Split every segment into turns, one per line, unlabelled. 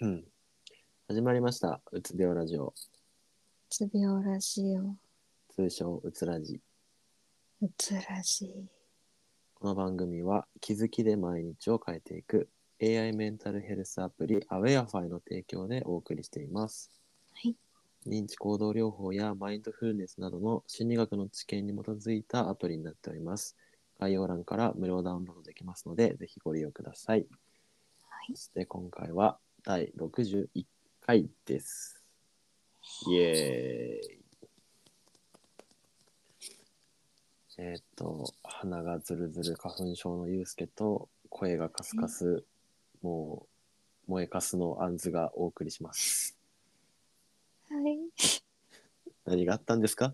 うん。始まりました。うつ病ラジオ。
つ病らしいよ。
通称うつラジ。
うつらしい。
この番組は気づきで毎日を変えていく AI メンタルヘルスアプリアウェアファイの提供でお送りしています。
はい。
認知行動療法やマインドフルネスなどの心理学の知見に基づいたアプリになっております。概要欄から無料ダウンロードできますので、ぜひご利用ください。
はい
そして今回は第61回です。イエーイ。えーっと、鼻がズルズル花粉症のゆうすけと、声がカスカス、もう、燃えかすのあんずがお送りします。
はい。
何があったんですか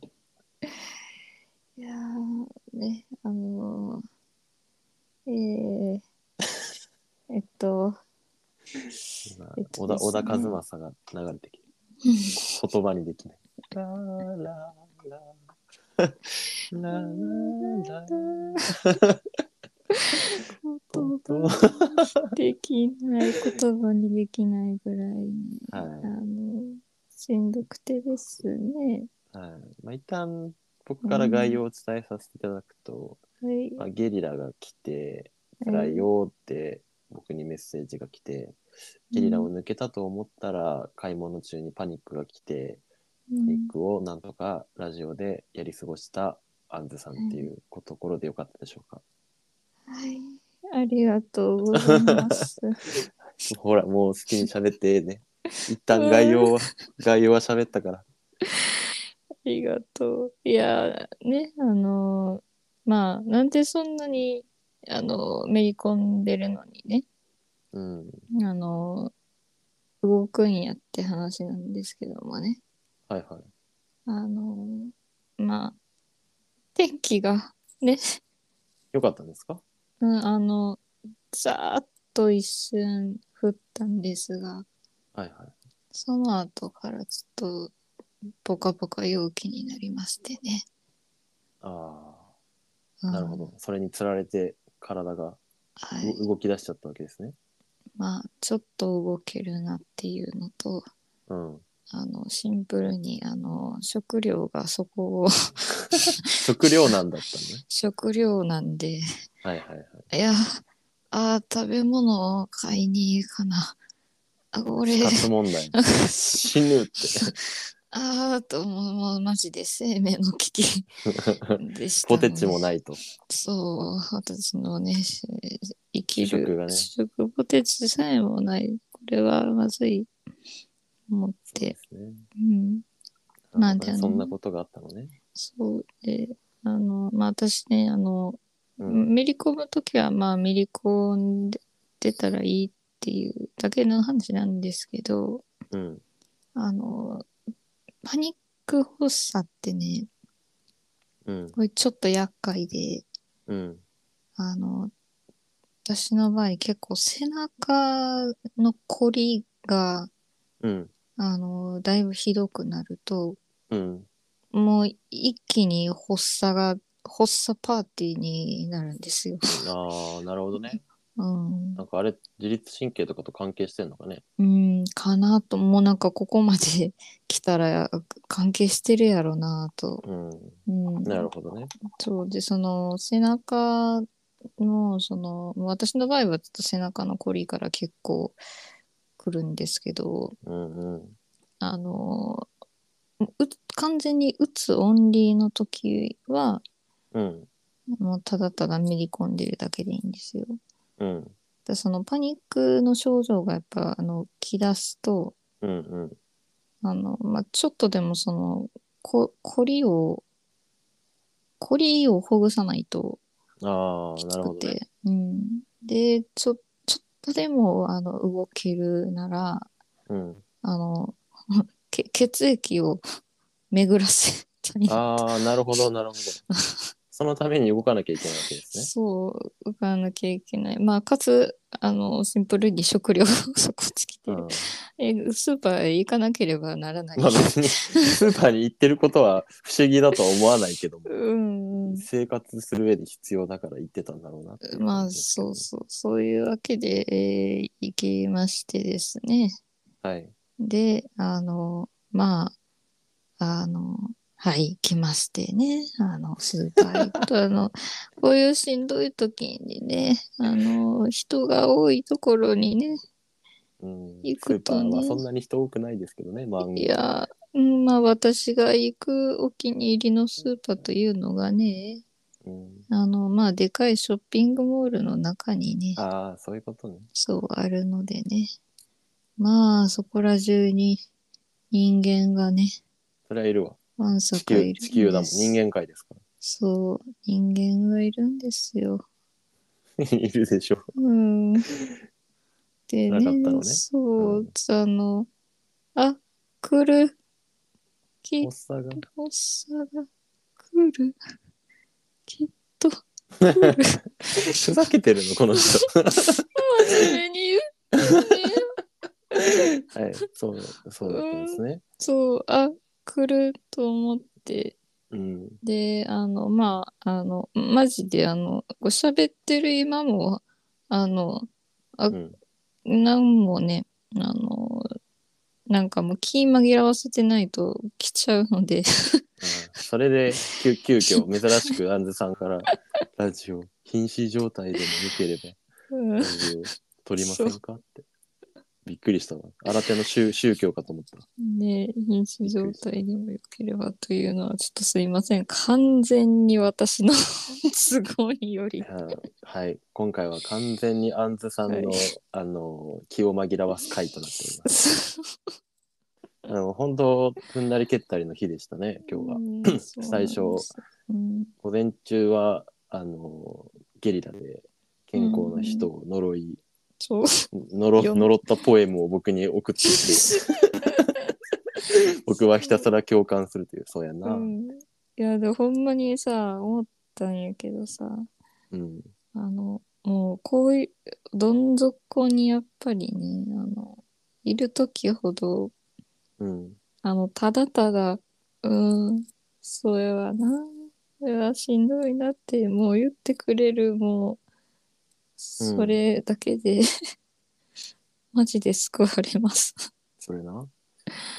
いやー、ね、あのー、えー、え っと、
今
えっと
小田
ですね
小田和正が流れてきて、言葉にできない。ラーラーラーラーラー
言葉にできない、言葉にできないぐらいに、
はい
あの、しんどくてですね。
はいまあ、一旦僕から概要をお伝えさせていただくと、
はい。
まあ、ゲリラが来て辛いよって僕にメッセージが来て、ゲリラを抜けたと思ったら買い物中にパニックが来て、
う
パニッ
ん
クをなんとかラジオでやり過ごしたアンズさんっていうところでよかったでしょう か、
はい。ありがとうございます。
ほらもう好きに喋って ね一旦概要は概要は喋ったから
ありがとう。いやー、ね、あのーまあ、なんでそんなに、あのーめり込んでるのにね、
うん
あのー動くんやって話なんですけどもね、
はいはい
あのーまあ、天気が、ね、
よかったんですか
うん、あの、ざーっと一瞬降ったんですが、
はいはい
その後からちょっと、ポカポカ陽気になりましてね。
あ
うん
あなるほど、。それにつられて体が
は
う
い。
動き出しちゃったわけですね
まあちょっと動けるなっていうのと
うん
あのシンプルにあの食料がそこを
食料なんだった
食料なんでい
のねはいはいはい
やあー食べ物を買いに行かなあ これ
死活問題死ぬって
あーともうもうマジで生命の 危機でした
ポテチもないいと
そう私のねし生きる
食がね
食ポテチさえもないこれはまずい思っ
そうで
て、
すね
うん、まあ
るほどね
じゃあね
そんなことがあったのね
そうで、あの、まあ私ね、あの、
うん
めり込むときは、まあめり込んでたらいいっていうだけの話なんですけど、
うん
あの、パニック発作ってね、
うん
これちょっと厄介で、
うん
あの、私の場合結構背中のこりが、
うん
あの、だいぶひどくなると、
うん
もう一気に発作が、発作パーティーになるんですよ。
ああなるほどね
うん
なんかあれ自律神経とかと関係してんのかね
うん、かなと、もうなんかここまで 来たら関係してるやろなと。
うん
うん、
なるほどね
そうで、その背中の、その、私の場合はちょっと背中のコリから結構来るんですけど、
うんうん
あの、う完全に打つオンリーの時は、
うん
もうただただめり込んでるだけでいいんですよ。
うん
だそのパニックの症状がやっぱ、あの、来だすと、
うんうん
あの、まあ、ちょっとでもその、こ、こりを、こりをほぐさないと
あ
き
あ
つ
なるほ
く
ど
て、
ね
うん。で、ちょ、ちょっとでも、あの、動けるなら、
うん
あの、 け、血液を巡らせたい。
ああなるほどなるほどそのために動かなきゃいけないわけ ですね
そう、浮かなきゃいけない。まあ、かつ、あの、シンプルに食料 そこ尽きてる、
う
え、スーパーへ行かなければならない。
ん、まあ別にスーパーに行ってることは不思議だとは思わないけども
うん。
生活する上で必要だから行ってたんだろうなっていう
ま
感
あ
じですけど
そうそうそういうわけで、えー行きましてですね
はい。
で、あの、まあ、あの、はい、来ましてね、あの、スーパー行くと、あの、こういうしんどい時にね、あの、人が多いところにね、
うん、
行
スー
く
パ
とね
ーはそんなに人多くないですけどね、まあ、
いや、うんまあ、私が行くお気に入りのスーパーというのがね、
うん、
あの、まあ、でかいショッピングモールの中にね、
ああ、そういうことね。
そうあるのでね、まあ、そこら中に人間がね、
それはいるわ。
わんさ
地
かい
球、
るんです
地球だもん。人間界ですか
そう、人間がいるんですよ。
ら。 いるでしょ。
うん。
辛
で
かった
ね
のね
そう、
うん
あの、あ、来る。き
おっ、さんが。
おっさが来る。きっと来る。
ふざけてるの、この 人。
真面目に言ってね。
はい、そう、そうだったんですね。
そう、あ、来ると思って。
うん。
で、あの、まあ、あの、マジで、あの、こう喋ってる今も、あの、
うん。
なんもね、あの、なんかもう気紛らわせてないと来ちゃうので、
あーそれで、急、急遽、 珍しく、アンズさんから、ラジオ、瀕死状態でも良ければ、ラジオ、撮りませんかって。びっくりしたわ。新手の宗宗教かと思った。
ね、瀕死状態にもよければというのはちょっとすいません。完全に 私のすごいより。
うんはい、今回は完全にアンズさんの、
はい
あの気を紛らわす回となっております。あの本当踏んだり蹴ったりの日でしたね。今日は
日
最初
うん、
午前中はあのゲリラで健康な人を呪い、
そう。
呪
よ
呪ったポエムを僕に送って きて、僕はひたすら共感するというそうやな。
う
うん。
ん、いや、でもほんまにさ、思ったんやけどさ、あの、もう、こういう、どん底にやっぱりね、あの、いる時ほど、
うん。
あの、ただただ、うん、それはな、それはしんどいなって、もう言ってくれる、もう、それだけで、マジで救われます。
それな。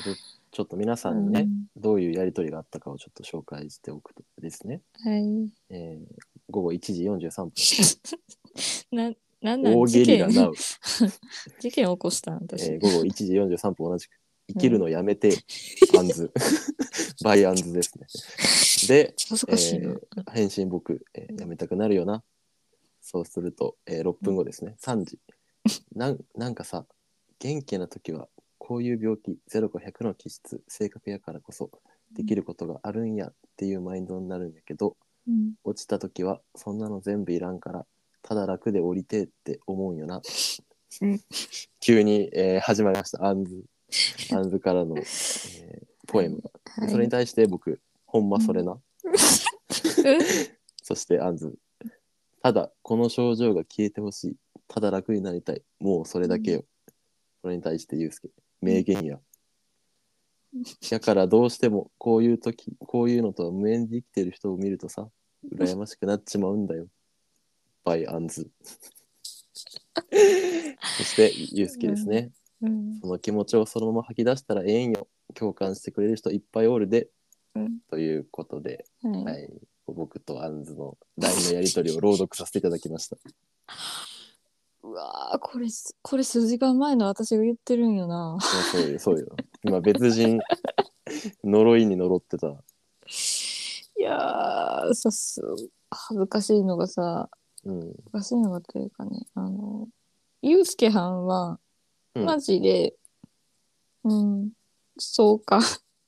ちょちょっと皆さんにね、どういうやりとりがあったかをちょっと紹介しておくとですね。
うんはい。
えー午後1時43分。
な、なんなん
大ゲ
事
リラ
件、
なう、
事件起こしたん、
え
私。
ー午後1時43分同じく生きるのやめて、アンズ バイアンズですねで、
恥ず
え
かしいな。
ー返信僕、えーやめたくなるよなそうすると、えー6分後ですね3時なんなんかさ元気な時はこういう病気0か100の気質性格やからこそできることがあるんやっていうマインドになるんやけど
うん
落ちた時はそんなの全部いらんからただ楽で降りてえって思うんよな
うん
急に、えー始まりましたアンズアンズからの、えーポエムが、でそれに対して僕ほんまそれな、そしてアンズただこの症状が消えてほしいただ楽になりたいもうそれだけよ、それに対してユうスケ名言やだからどうしてもこういう時こういうのとは無縁で生きてる人を見るとさ羨ましくなっちまうんだよ。バイアンズ。そして、ゆうすけですね。
うん
その気持ちをそのまま吐き出したらええんよ。共感してくれる人いっぱいおるで。
うん
ということで、
はい
はい、僕とアンズの LINE のやり取りを朗読させていただきま した。
うわーこれすこれ数時間前の私が言ってるんよな。
そうよ、そうよ。今、別人、呪いに呪ってた。
いやーさす恥ずかしいのがさ
うん。
恥ずかしいのがというかねあのユうスケはんは
うん
マジでうん、そうか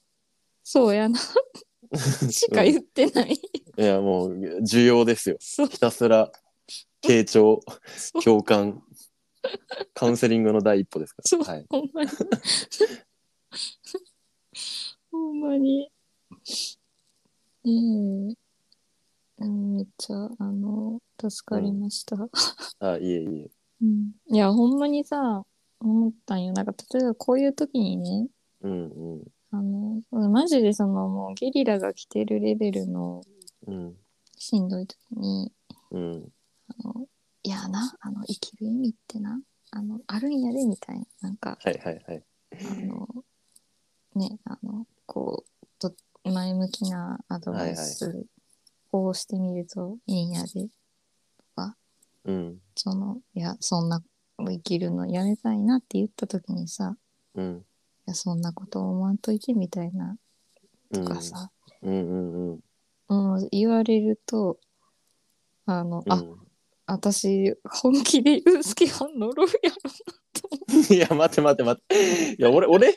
そうやなしか言ってない、
いや、もう、重要ですよ。
そう
ひたすら、傾聴、
そう
共感、カウンセリングの第一歩ですか
そう、
ら。はい。
ほんまに ほんまにねえうんめっちゃあの助かりました、
あ、いえいえ。
うんいやほんまにさ思ったんよなんか例えばこういう時にね
うんうん
あのマジでそのもうゲリラが来てるレベルの
うん
しんどい時に
うん
あのいやなあの生きる意味ってなあのあるんやでみたいななんか
はいはいはい。
あのねあのこうと前向きなアドバイスをしてみるといいんやで、
うん。
そのいやそんな生きるのやめたいなって言った時にさ
うん。
いやそんなこと思わんといてみたいなとかさ、
うんうんうん。
うん、言われるとあの、
う
あ
ん、
私本気でユうスケは呪うやろ
いや、待って待って待って。いや、俺、俺
い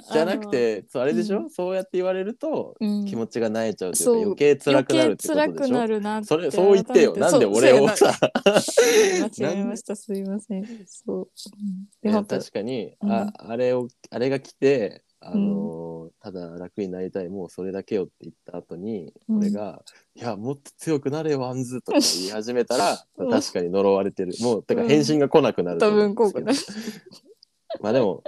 じゃなくて、そうあれでしょ、
うん
そうやって言われると、
うん
気持ちが萎えちゃうという
そう
か、余計辛くなるってこと
余計
で
辛
し
くな
ょ
るなって
それ、そう言ってよ。
改め
なんで
そう
俺を
そう
さ、
やな間違えましたすいませんそう、うん、
い
で
や
本当
確かに、
うん
ああれをあれが来て、あのーただ楽になりたいもうそれだけよって言った後に、
うん
俺が「いやもっと強くなれよアンズ」とか言い始めた ら、
うん
確かに呪われてるもうてか
うん
返信が来なくなると
多
思う
分
んで
こ
す
う
けど、
かな
まあでも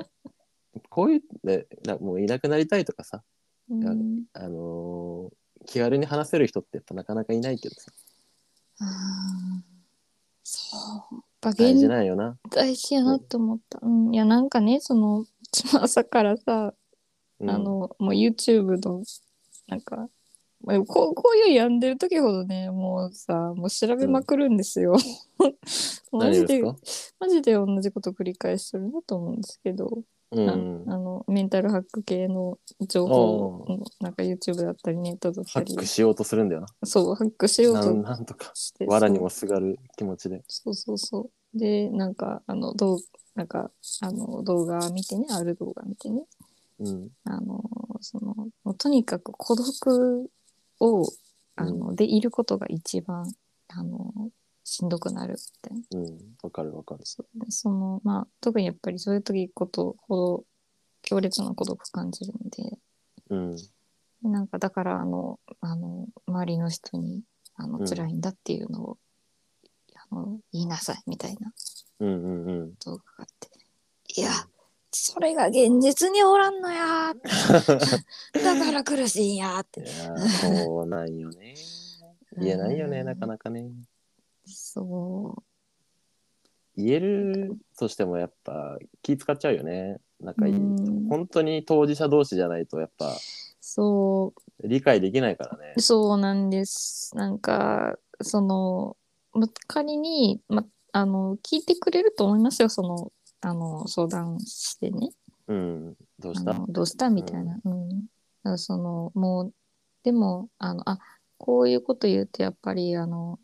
こういうねなもういなくなりたいとかさ、
うん
あのー気軽に話せる人ってやっぱなかなかいないけどさ
あーそうやっぱ
大事
現
なんよな。
大事やなって思った、うん、いやなんかねそのう ちも朝からさ、
うん
あのもう YouTube のなんかまあこうこういう病んでる時ほどねもうさもう調べまくるんですよ、 マジ
何
で
ですか
マジで同じこと繰り返してるなと思うんですけど、
う
なあ
ん、
のメンタルハック系の情報をなんか YouTube だったりネットだった
ハ
り
ックしようとするんだよ
そうハックしよう
な。な
と
んなんとか。
して
藁にもすがる気持ちで。
そうそうそう。で、なんか、あの、どう、なんか、あの、動画見てね、ある動画見てね、
うん。
あの、その、もうとにかく孤独を、あの、でいることが一番、あの、しんどくなるみたいな。
うん。わかるわかる。
そうでその、まあ、特にやっぱりそういう時ことほど強烈な孤独感じるんで、
うん。
なんか、だから、あの、あの、周りの人に、あの、
うん
辛いんだっていうのを、あの、言いなさい、みたいな。
うんうんうん。
動画があって。いや、それが現実におらんの やー。だから苦しいんやー
い
って。
やー、そうなんよ ね。言えないよね、なか
か。
なかね。
そ
言えるとしてもやっぱ気使っちゃうよね。仲いい人。
うん
本当に当事者同士じゃないとやっぱ
う、そ
理解できないからね
う、。そうなんです。なんか、その、ま、仮に、ま、あの、聞いてくれると思いますよ、その、あの、相談してね。
うん。どう
あ
した
のどうしたみたいな。うん。だからそのもうでもあのあこういうこと言うとやっぱりあの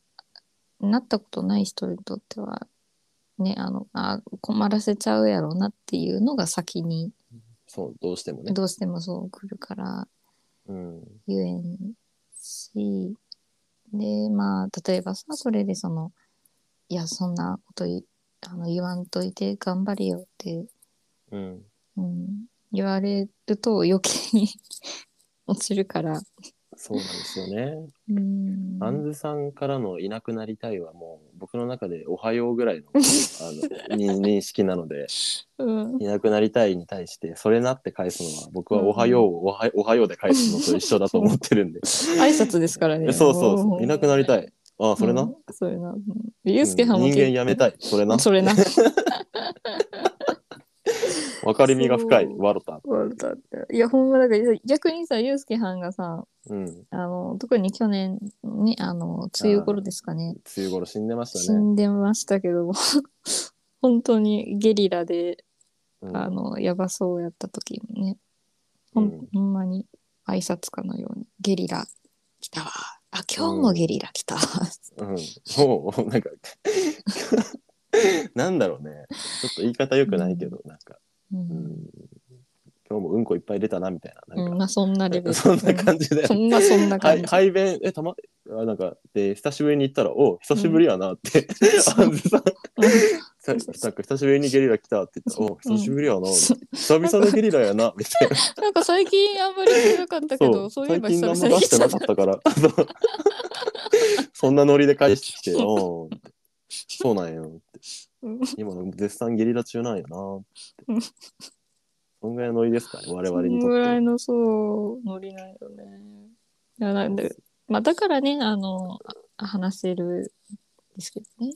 なったことない人にとってはねあのあ困らせちゃうやろうなっていうのが先に
そう、どうしてもね。
どうしてもそう来るから
うん。
言えんしでまあ例えばさそれでそのいやそんなこといあの言わんといて頑張れよって
うん。
うん、言われると余計に落ちるから。
そうなんですよね。
うん、
アンズさんからのいなくなりたいはもう僕の中でおはようぐらいのあのに認識なので
うん、
いなくなりたいに対してそれなって返すのは僕はおはようをおはおはようで返すのと一緒だと思ってるんで
挨拶ですからね。
そうそうそういなくなりた
い。
いああそれな、
う
うんん、
それな。うんゆうすけはんも
人間やめたいそれな
それ な。
分かりみが深い
そう
ワロタ
いや、ほんまだから逆にさ、ゆうすけはんがさ、
うん
あの、特に去年ね、あの、梅雨頃ですかね。
梅雨頃死んでまし
死
たね、
んでましたけども。 本当にゲリラで、
うん
あの、やばそうやった時もね、
う
ほん,、
ん、
ほんまに挨拶かのようにゲリラ来たわあ今日もゲリラ来たわ、
うん、もうなんか なんだろうねちょっと言い方よくないけどなんか、
う
うんん、今日もうんこいっぱい出たなみたいななん
う
か
ん、まあそんなレベル
そんな感じだ
うんそ
よね。
んなそんな
は
感
い、
じ、
排便、え、たま、あなんか、で、久しぶりに行ったら、おう久しぶりやなって、アンズさん、さなんか、久しぶりにゲリラ来たって言ったら、おう久しぶりやな、
そ
久々のゲリラやな、みたいな。
なんか最近あんまり来なかったけどそうい
最
えば
近
久
何
々
も
に
出
来
して
た
なかった から、そう そんなノリで返して きて、おうってそうなんよって、
うん
今の絶賛ゲリラ中なんよな、
う
っ
ん
て。そんぐらいのノリですかね、我
そ
々に
ん
とっ
ぐらい
て。
のそうノリなんよねいやなんで、まあ、だからねあのあ話せるんですけどね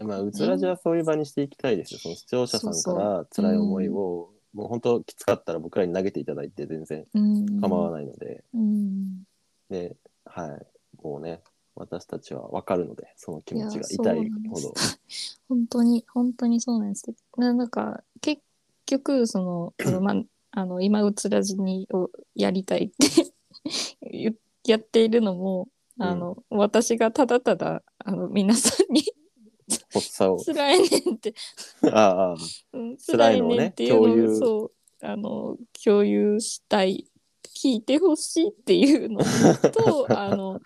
まあ、うつらじはそういう場にしていきたいですよ。その視聴者さんから辛い思いをもう本当きつかったら僕らに投げていただいて全然
うん、
構わ
ない。
ないので、
うん、
で、はい、もうね、私たちはわかるので、その気持ちが
いや
痛いほ
そう
ど。
本当に本当にそうなんですけどななんか結局その このまあの今うつらじにをやりたいって 言やっているのもあの、私がただただあの皆さんに
発作を。
辛いねんって
ああ、ああ
うん
辛
辛
い
い
のをね
ねっていうのを
共有
そうあの共有したい聞いてほしいっていうの とあの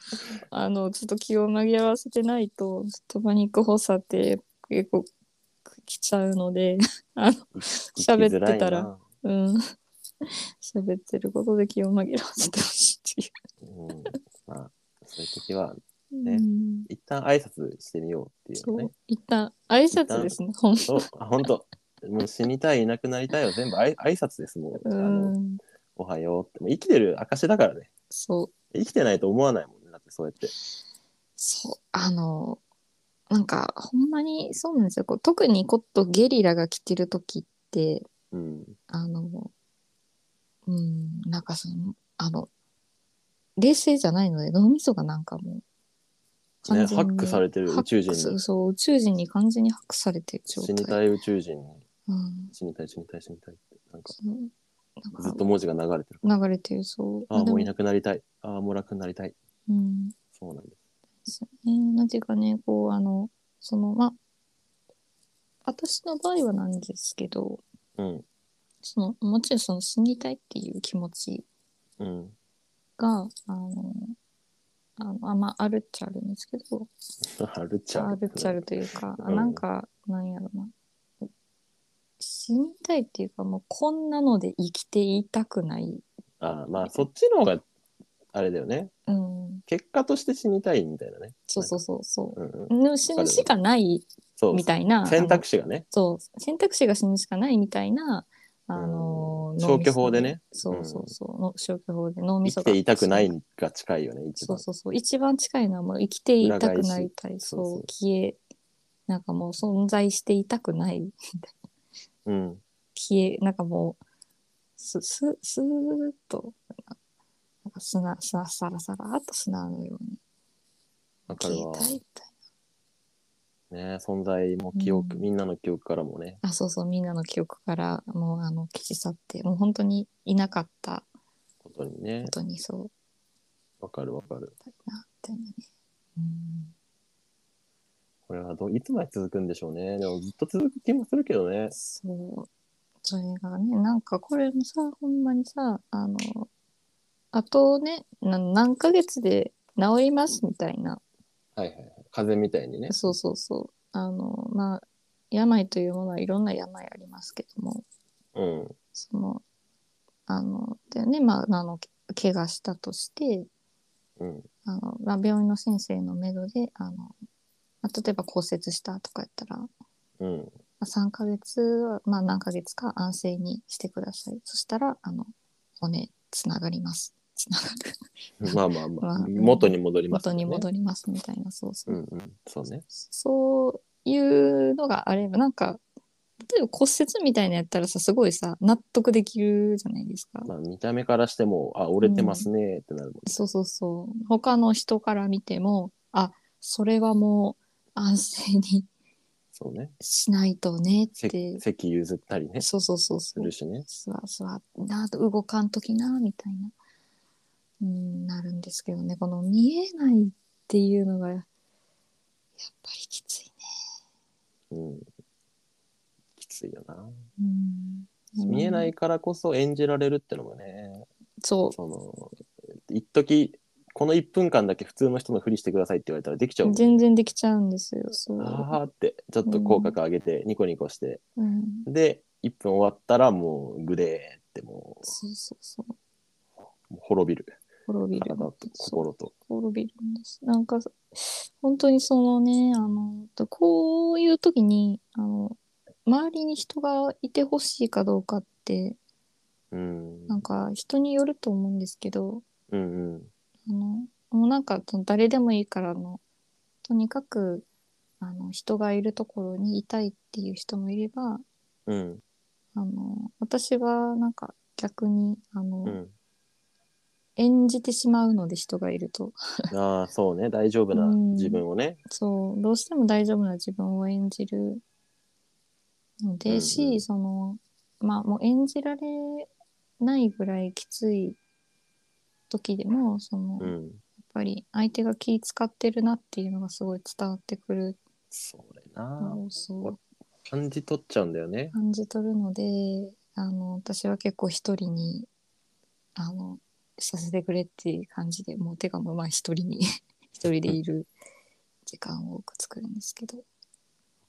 あのちょっと気を紛らわせてないとちょっとパニック発作って結構来ちゃうので あの喋っ
生
て
きづ
た
い
ら
な
うん喋ってることで気を紛らわせてほしいって
うん、まあ、そういう時は、
いう、
ね
うん
一旦挨拶してみようっていう
そ
のね
う。一旦挨拶ですねほん
そう、あ本当もう死にたい、いなくなりたいは全部あい挨拶です、もう。あ
う
の
ん
おはようって。もう生きてる証だからね。
そう
生きてないと思わないもんね、だってそうやって。
そうあのなんかほんまにそうなんですよこう特にコットゲリラが来てる時って
うん。
あのうんなんかそのあの冷静じゃないので脳みそがなんかもう
ね、ハックされてる宇宙人
ハックそう
に。
そう宇宙人に完全にハックされてる状
死
態
にたい宇宙人に。
うん、
死にたい、死にたい、死にたいって。なんか、
そう
ずっ
なん
と
か
文字が流れてる。
流れてるそう
ああ、もうい
な
なくなりたい。ああ、もう楽になりたい。
うん
そうなんです。
そうね。なんていうかね、こう、あの、その、まあ、私の場合はなんですけど、
うん。
その、もちろんその死にたいっていう気持ち
うん。
が、あの、あのあまあ、あるっちゃあるんですけど、
あるっちゃ
あるっちゃあ
る。
るというか、
うん
なんか、なんやろな。死にたいっていうか、もうこんなので生きていたくない。
ああ、まあ、そっちの方が、あれだよね。
うん。
結果として死にたいみたいなね。
そうそうそうそ
うんうん。
う。死ぬしかない
そう。
みたいな。
選択肢がね。
そう選択肢が死ぬしかないみたいな、あの
うん消
脳みそ
去法でね
そううんそうそう、の消去法で脳み
生
そ
き
が
ていたくないが近いよね、一
そう
番。
そうそう一番近いのはもう生きていたくなりたい
そうそう
そう消えなんかもう存在していたくない
うん。
消えなんかもうすすすーっとなんか砂砂さらさらっと砂のように
わか
消
るわ
え。たいみたい
ね存在も記憶、
うん
みんなの記憶からもね。
なあそうそうみんなの記憶からもうあの消し去ってもう本当にいなかった
ことにね
こ。とにそう
わかるわかる。
だなってね。うん、
これはどういつまで続くんでしょうね。でもずっと続く気もするけどね。
そう。それがね、なんかこれもさ、ほんまにさ、あの、あとね、な何ヶ月で治りますみたいな、
はいはいはい。風邪みたいにね。
そうそうそう。あの、まあ、病というものはいろんな病ありますけども、
うん。
その、あの、でね、まあ、あの、け怪我したとして、
うん。
あのまあ、病院の先生の目処で、あの、まあ、例えば骨折したとかやったら、
うん。
まあ3ヶ月は、まあ、何ヶ月か安静にしてください。そしたら、あの、骨、つながります。つながる。
まあま あまあ
ま。あ
元に戻ります
元
よね、
に戻りますみたいな、そうそう。
うんうん。そうね。
そういうのがあれば、なんか、例えば骨折みたいなやったらさ、すごいさ、納得できるじゃないですか。
まあ見た目からしても、あ、折れてますねってなるもんね。
そうそうそう。他の人から見ても、あ、それはもう安静に
そうね。
しないとねっ
せ
て。
席譲ったりね。す
そうそうそうそう。
るしね。
すわすわなあと動かんときなみたいなうんなるんですけどねこの見えないっていうのがやっぱりきついね
うん。きついよな。
うん
見えないからこそ演じられるってのもね
そ
その一時この1分間だけ普通の人のふりしてくださいって言われたらできちゃうも
うん全然できちゃうんですよそう、
あーってちょっと口角上げてニコニコして、
うん、
で1分終わったらもうグレーっても
そうそうそう
う滅びる
滅びる
体と
そ
心
う
と
滅びるんですなんか本当にそのねあのこういう時にあの周りに人がいてほしいかどうかって
うん
なんか人によると思うんですけど
うんうん
あのもうなんかその誰でもいいからあのとにかくあの人がいるところにいたいっていう人もいれば
うん
ああの私はなんか逆にあの、
うん、
演じてしまうので人がいると
ああそうね大丈夫な
うん
自分をね、
そうどうしても大丈夫な自分を演じるの
うんう
で
ん
し、そのまあもう演じられないぐらいきつい時でもその、
う
やっ
ん、
ぱり相手が気使ってるなっていうのがすごい伝わってくる
それな
のをそう
感じ取っちゃうんだよね
感じ取るのであの私は結構一人にあのさせてくれっていう感じでもう手がもうまあ一人に 一人でいる時間を多く作るんですけど。
わ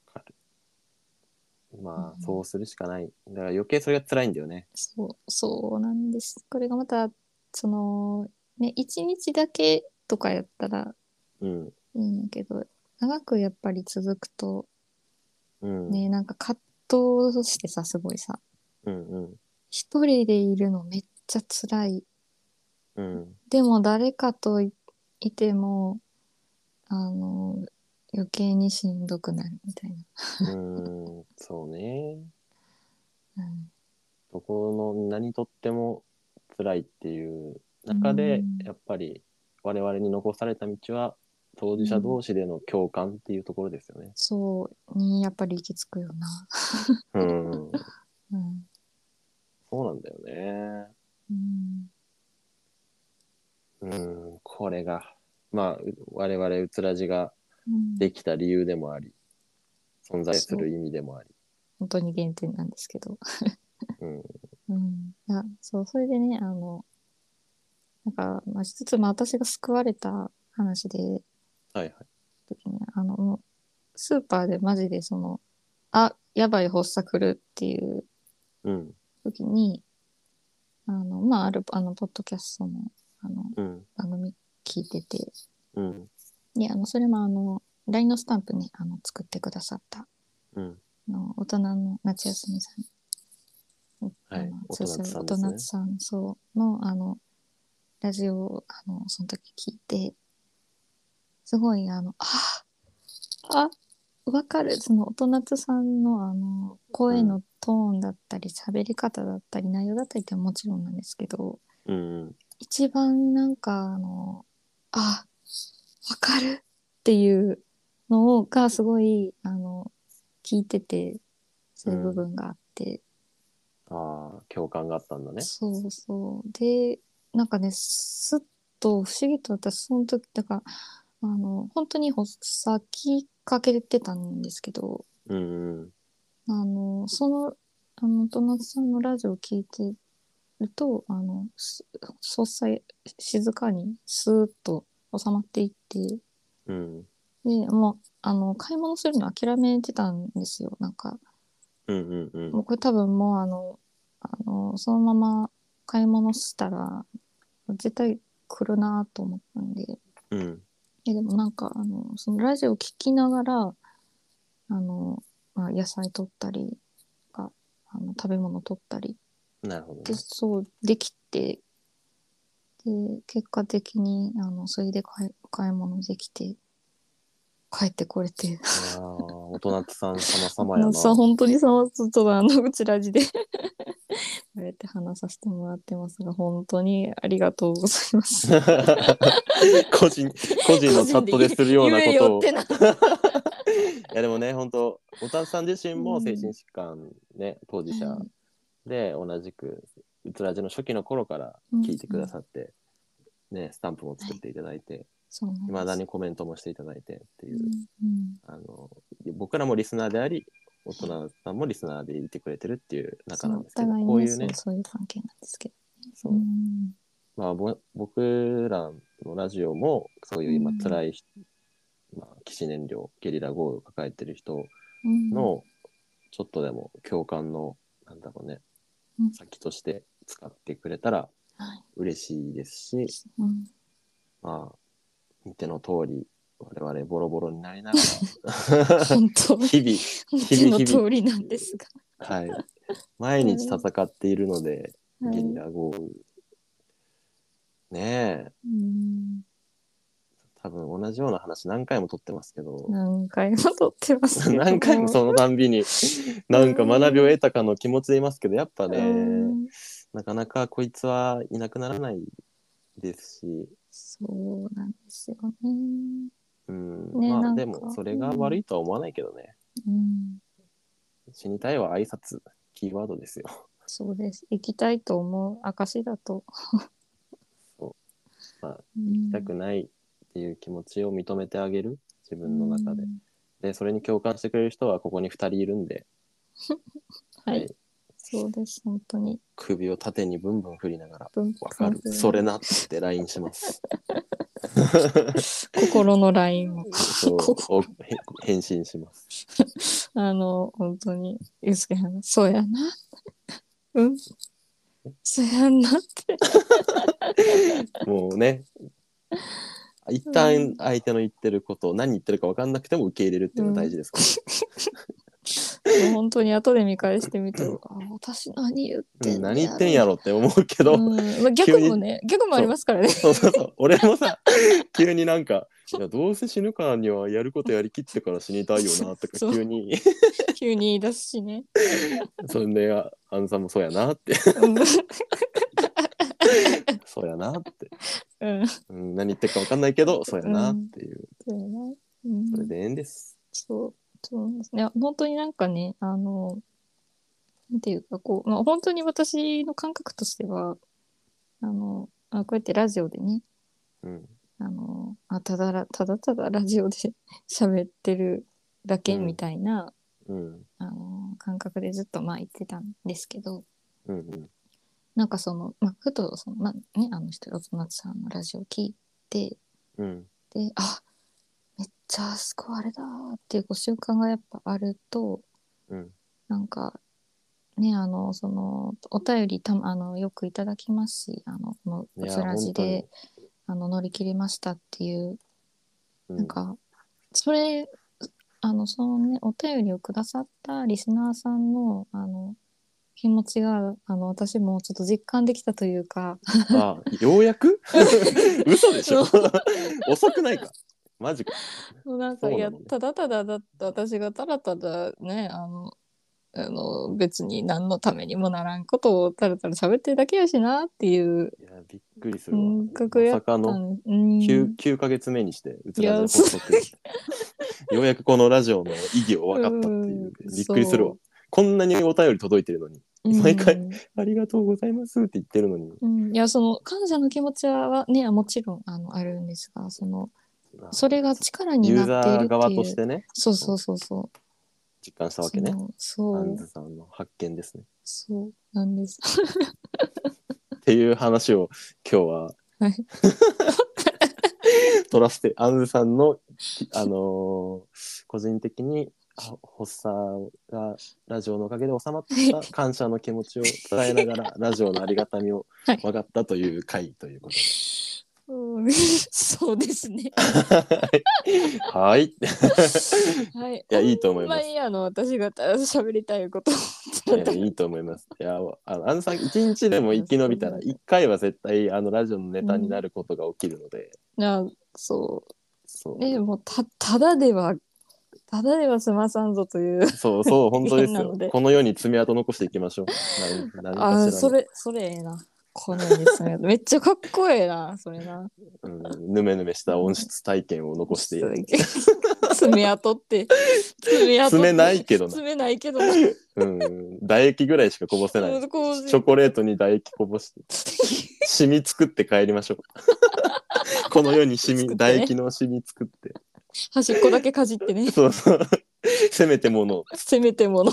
かるま
う
あ
ん
そうするしかないだから余計それが辛いんだよね
そう、そうなんです。これがまた、その、ね、一日だけとかやったら
うん
いいんやけど、長くやっぱり続くと、
うん、
ね、なんか葛藤してさ、すごいさ、
うんうん
一人でいるのめっちゃ辛い。
うん
でも誰かといいても、あの、余計にしんどくなるみたい
うんそうね
な。うん
どこの何とっても辛いっていう中で
うん
やっぱり我々に残された道は当事者同士での共感っていうところですよね。
そうに、やっぱり行き着くよな。
うん、
うん。
そうなんだよね。
うん。
うん、これがまあう我々うつらじが
うん
できた理由でもあり存在する意味でもあり。
本当に原点なんですけど。
うん
うん、いやそうそれでねあのなんか、まあ、一つ、まあ、私が救われた話で
はいはい。
時にあのもうスーパーでマジでそのあやばい発作来るっていう
うん
時にあのまああるあのポッドキャストのあの
うん
番組聞いてて
うん
であのそれもあの LINE のスタンプねあの作ってくださった
うん
あの大人の夏休みさん、
はい
あの
大人
そうそう
さん
大
ですね
人さんそうのあのラジオをあのその時聞いてすごいあのああわかるその大人さんのあの声のトーンだったり喋り方だったり内容だったりってもちろんなんですけど
うん
一番なんかあのあわかるっていうのがすごいあの聞いててそういう部分があって、
ああ共感があったんだね。
そうそうでなんかねすっと不思議と私その時だからあの本当に発作きかけてたんですけど
うんうん
あのそのあのトナさんのラジオを聞いてるとあのす発作静かにスーッと収まっていって。
うん
で、もう、あの、買い物するの諦めてたんですよ。なんか、
うんうんうん
もうこれ多分もうあの、あの、そのまま買い物したら、絶対来るなと思ったんで。
うん
え、でもなんか、あの、そのラジオ聞きながら、あの、まあ、野菜取ったりとか、あの、食べ物取ったり
なるほど
で、
ね。
そう、できて、で、結果的に、あの、それで買い、買い物できて、帰ってこれて、
いやー大人さん様様や な。
も うさ本当にさちょっとあのうちらじで こうやって話させてもらってますが本当にありがとうございます
個人個人のチャットでするようなこ
言え
と
よ
を
っ
い
てな
やでもね本当おたさん自身も精神疾患ね、当事者で同じくうつらじの初期の頃から聞いてくださって、ねスタンプも作っていただいて、
そうなん
い
です
まだにコメントもしていただいてっていう
う、んうん
あの僕らもリスナーであり大人さんもリスナーでいてくれてるっていう中なんですけど
そうお互いに
こういうね
そうそういう関係なんですけど
そう
うん
まあ、ぼ僕らのラジオもそういう今
うん
辛い、まあ、起死燃料ゲリラ豪雨を抱えてる人
うん
のちょっとでも共感のなんだろうね、
うん
先として使ってくれたら
はい
嬉しいですし、
うん
まあ見ての通り我々ボロボロになりながら
本当本
日々
当の通りなんですが
はい 毎日戦っているので、
はい
ゲリラ豪雨ねえ
うん
多分同じような話何回も取ってますけど、
何回も撮ってますけど
何回もそのたんび になんか学びを得たかの気持ちでいますけどやっぱ
う
ね、
ん
なかなかこいつはいなくならないですし、
そうなんですよね。
うん
ね
ま
な
あ
んか
でもそれが悪いとは思わないけどね、
うん、
死にたいは挨拶キーワードですよ。
そうです。行きたいと思う証だと。
そうまあ
行
痛くないっていう気持ちを認めてあげる自分の中で。でそれに共感してくれる人はここに2人いるんで、
は
はい
い、そうです。本当に。
首を縦にブンブン振りながら
分
「わかるそれな」って LINE し ます。
心のラインを。
そうおへ返信します。
あの、本当に、ゆうすけはん、そうやな。うん。そうやんなって。
もう ね一旦相手の言ってることを何言ってるか分かんなくても受け入れるっていうのが大事ですから、
もう本当に後で見返してみたら、あ、私何言って
うん
んの
何言ってんやろって思う けど、
うんまあ、逆もね、逆もありますからね。
そうそうそう俺もさ急になんか「いやどうせ死ぬからにはやることやりきってから死にたいよな」 とか
そう
急に
急に言い出すしね。
そんであ「あんさんもそうやな」って
うん
「そうやな」って、
うん。
うん、何言ってるか分かんないけど「そうやな」っていう、
そうやな。うん
それでええんです。
そう、そうなんですね。本当になんかね、あの、なんていうか、こう、まあ、本当に私の感覚としては、あの、あこうやってラジオでね、
うん
あの、あただらただただラジオで 喋ってるだけ
うん
みたいな、
うん
あの、感覚でずっとまあ言ってたんですけど、
うんうん
なんかその、まあ、ふとその、まあね、あの人、小松さんのラジオ聞いて、
うん
で、あめっちゃあそこあれだーっていうこう瞬間がやっぱあると、
うん
なんかねあのそのお便りたあのよくいただきますしあのこ
い
の
や
つらじ
本
であの乗り切りましたっていう、
う
なんかそれあのそのねお便りをくださったリスナーさんのあの気持ちがあの私もちょっと実感できたというか
あようやく嘘でし ょ遅くないかマジか
もうなん
そ
か
うないの
や
ね
ただただだって私がただただねあのあの別に何のためにもならんことをただただ喋ってるだけやしなっていう
いやびっくりするわ
感覚や
まさ
った
かの
んうん、
9, 9ヶ月目にしてうつ
い
ら
や
じの法則ようやくこのラジオの意義を分かったっていう
うん
びっくりするわ
そ
こんなにお便り届いてるのに
うん
毎回、ありがとうございますって言ってるのに
うん、いやその感謝の気持ちはねもちろんあのあるんですがそのそれが力に
ユー
な
ザ
っている
ー
っ
側
ていう
としてね
そうそうそうそう
実感したわけね
そ
ア
の
ン
そう
ズさんの発見ですね
そうなんです
っていう話を今日は
はい
取らせてアンズさんのきあのー個人的にあ発作がラジオのおかげで収まった感謝の気持ちを伝えなが らラジオのありがたみを
はい
分かったという回ということで
うんそうです ね
はい
はいい
いやいいと思います
ほんまにあの私がただ喋りたいことを
い やいいと思いますいやあのアンズさん一日でも生き延びたら一回は絶対あのラジオのネタになることが起きるので、
なそ
そうう
ねもうたただではただでは済まさんぞという
そうそう、 本当です
なの
よ。
で
この世に爪痕残していきましょう。何何かしら
あ
の
ーそれそれええなこのように住め るめっちゃかっこええなそれな
うん、ぬめぬめした温室体験を残している。
爪痕って爪痕って
爪ないけどな
爪ないけどな
うん、唾液ぐらいしかこぼせない。
こう
チョコレートに唾液こぼして、シミ作って帰りま しょう。この世にシミ、
作ってね
唾液のシミ作って。
端っこだけかじってね
そうそう。せめてものを、
せめて もの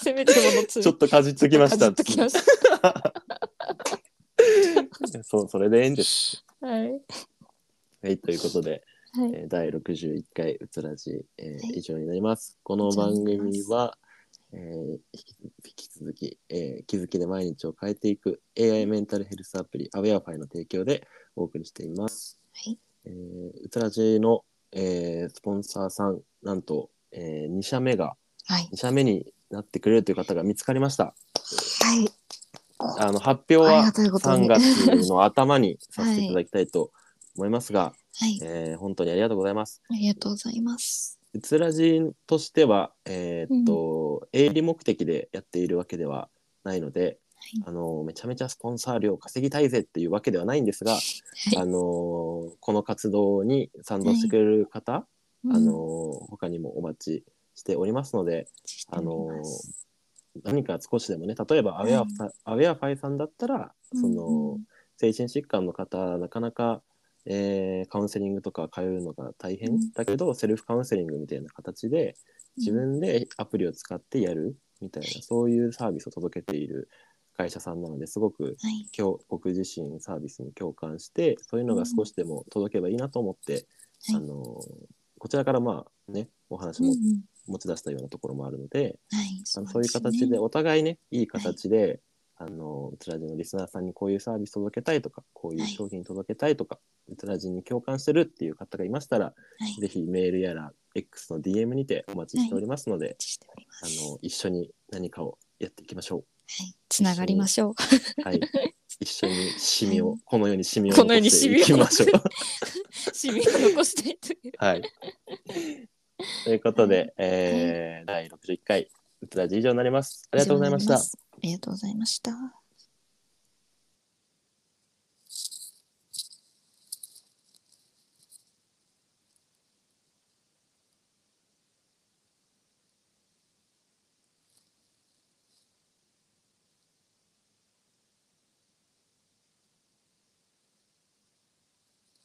せめてもの爪
ちょっとかじっときまし
かじ
た
っときまし
そう、それでええんです。
たはいはい
はい、ということで。えー第61回うつらじ、えー
はい
以上になります。この番組は、えー引き引き続き、えー気づきで毎日を変えていく AI メンタルヘルスアプリアウェアファイの提供でお送りしています。
はい
えーうつらじの、えースポンサーさん、なんと、え2社目が、
はい
2社目になってくれるという方が見つかりました。
はい
あの発表
あり
は
がたいこと
3
に
月の頭にさせていただきたいと思いますが、
はい。
えー本当にありがとうございます。
ありがとうございます。
うつらじとしては、えーっと、営利目的でやっているわけではないので、
はい
あのめちゃめちゃスポンサー料稼ぎたいぜっていうわけではないんですが、あのこの活動に賛同してくれる方、あの他にもお待ちしておりますので
あの
何か少しでもね例えばアウェア,、
はい
アウェアファイさんだったらその、精神疾患の方なかなか、えーカウンセリングとか通うのが大変、
うん
だけどセルフカウンセリングみたいな形で自分でアプリを使ってやるみたいな、そういうサービスを届けている会社さんなのですごく
はい。
今日僕自身サービスに共感してそういうのが少しでも届けばいいなと思って、
はい
あのこちらからまあねお話
うんう
も
ん
持ち出したようなところもあるので、
は
あ
い。そ
のそういう形でお互いねいい形で、あのうつらじのリスナーさんにこういうサービス届けたいとかこういう
はい
商品届けたいとか、うつらじに共感してるっていう方がいましたら
はい。
ぜひメールやら X の DM にてお待ちしておりますので、
しております。
あの一緒に何かをやっていきましょ
はい。つながりまし ょう。
う。はい一緒にシミを、
はい
この世にシミを
この世に
残していきましょう
シミ。市民を残したいという。
はい。ということで、
はい
えー第61回、うつらじ以上になります。ありがとうございました。
ありがとうございました。